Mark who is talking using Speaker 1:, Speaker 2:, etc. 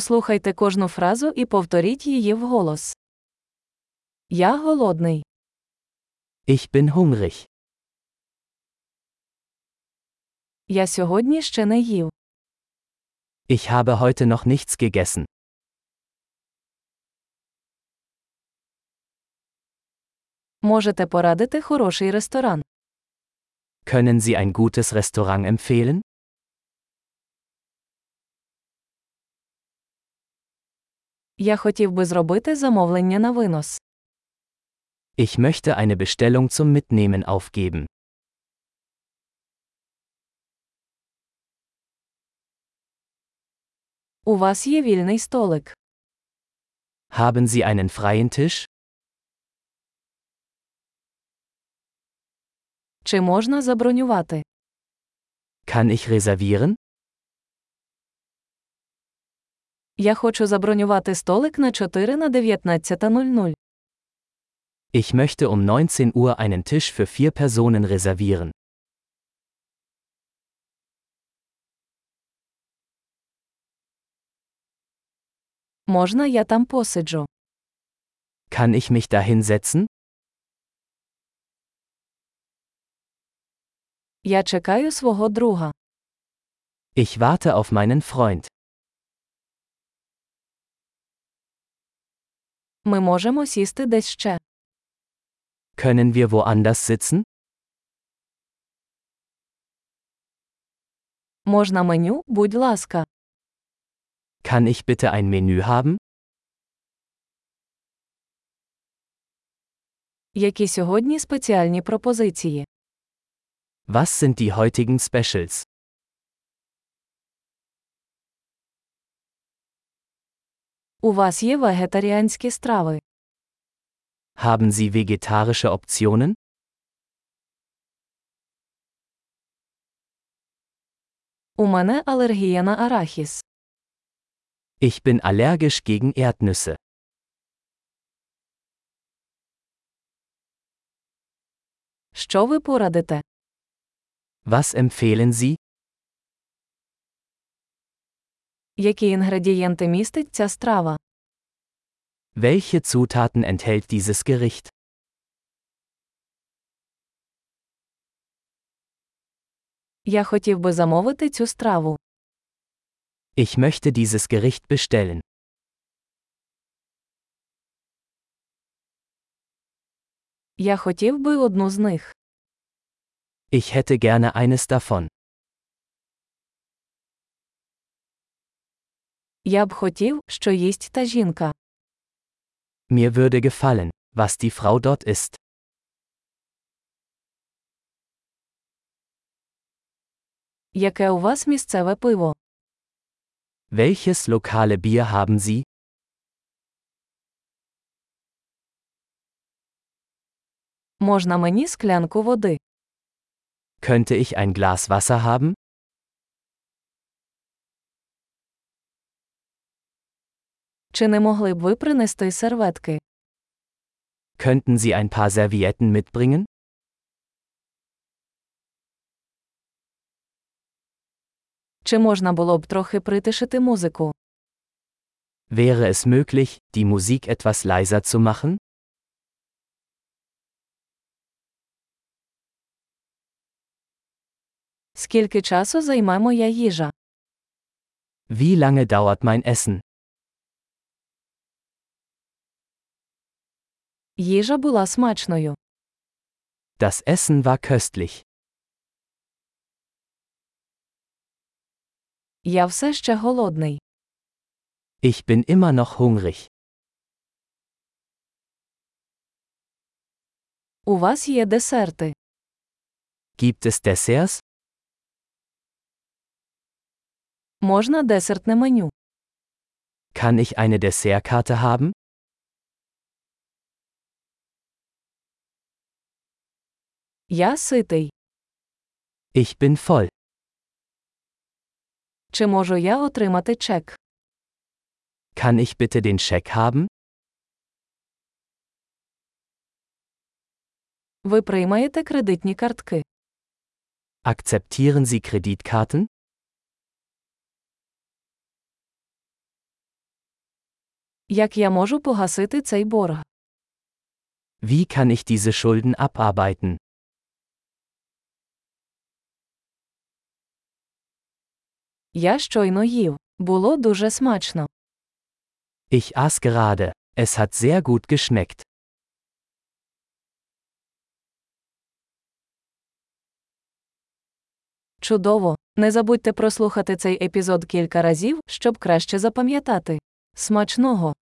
Speaker 1: Послухайте кожну фразу і повторіть її вголос. Я голодний.
Speaker 2: Ich bin hungrig.
Speaker 1: Я сьогодні ще не їв.
Speaker 2: Ich habe heute noch nichts gegessen.
Speaker 1: Можете порадити хороший ресторан.
Speaker 2: Können Sie ein gutes Restaurant empfehlen?
Speaker 1: Я хотів би зробити замовлення на винос.
Speaker 2: Ich möchte eine Bestellung zum Mitnehmen aufgeben.
Speaker 1: У вас є вільний столик.
Speaker 2: Haben Sie einen freien Tisch?
Speaker 1: Чи можна забронювати?
Speaker 2: Kann ich reservieren?
Speaker 1: Я хочу забронювати столик на 4 на 19.00.
Speaker 2: Ich möchte um 19 Uhr einen Tisch für vier Personen reservieren.
Speaker 1: Можна я там посиджу?
Speaker 2: Kann ich mich da hinsetzen?
Speaker 1: Я чекаю свого друга.
Speaker 2: Ich warte auf meinen Freund.
Speaker 1: Ми можемо сісти десь ще.
Speaker 2: Können wir woanders sitzen?
Speaker 1: Можна меню, будь ласка.
Speaker 2: Kann ich bitte ein Menü haben?
Speaker 1: Які сьогодні спеціальні пропозиції?
Speaker 2: Was sind die heutigen Specials?
Speaker 1: У вас є вегетаріанські страви.
Speaker 2: Haben Sie vegetarische Optionen?
Speaker 1: У мене алергія на арахіс.
Speaker 2: Ich bin allergisch gegen Erdnüsse.
Speaker 1: Що ви порадите?
Speaker 2: Was empfehlen Sie?
Speaker 1: Які інгредієнти містить ця страва?
Speaker 2: Welche Zutaten enthält dieses Gericht?
Speaker 1: Я хотів би замовити цю страву.
Speaker 2: Ich möchte dieses Gericht bestellen.
Speaker 1: Я хотів би одну з них.
Speaker 2: Ich hätte gerne eines davon.
Speaker 1: Я б хотів, що їсть та жінка.
Speaker 2: Mir würde gefallen, was die Frau dort isst.
Speaker 1: Яке у вас місцеве пиво?
Speaker 2: Welches lokale Bier haben Sie?
Speaker 1: Можна мені склянку води?
Speaker 2: Könnte ich ein Glas Wasser haben?
Speaker 1: Чи не могли б ви принести серветки?
Speaker 2: Könnten Sie ein paar Servietten mitbringen?
Speaker 1: Чи можна було б трохи притишити музику?
Speaker 2: Wäre es möglich, die Musik etwas leiser zu machen?
Speaker 1: Скільки часу займе моя їжа?
Speaker 2: Wie lange dauert mein Essen?
Speaker 1: Їжа була смачною.
Speaker 2: Das Essen war köstlich.
Speaker 1: Я все ще голодний.
Speaker 2: Ich bin immer noch hungrig.
Speaker 1: У вас є десерти.
Speaker 2: Gibt es Desserts?
Speaker 1: Можна десертне меню.
Speaker 2: Kann ich eine Dessertkarte haben?
Speaker 1: Я ситий.
Speaker 2: Ich bin voll.
Speaker 1: Чи можу я отримати чек?
Speaker 2: Kann ich bitte den Scheck haben?
Speaker 1: Ви приймаєте кредитні картки.
Speaker 2: Akzeptieren Sie Kreditkarten?
Speaker 1: Як я можу погасити цей борг?
Speaker 2: Wie kann ich diese Schulden abarbeiten?
Speaker 1: Я щойно їв. Було дуже смачно.
Speaker 2: Ich aß gerade. Es hat sehr gut geschmeckt.
Speaker 1: Чудово! Не забудьте прослухати цей епізод кілька разів, щоб краще запам'ятати. Смачного!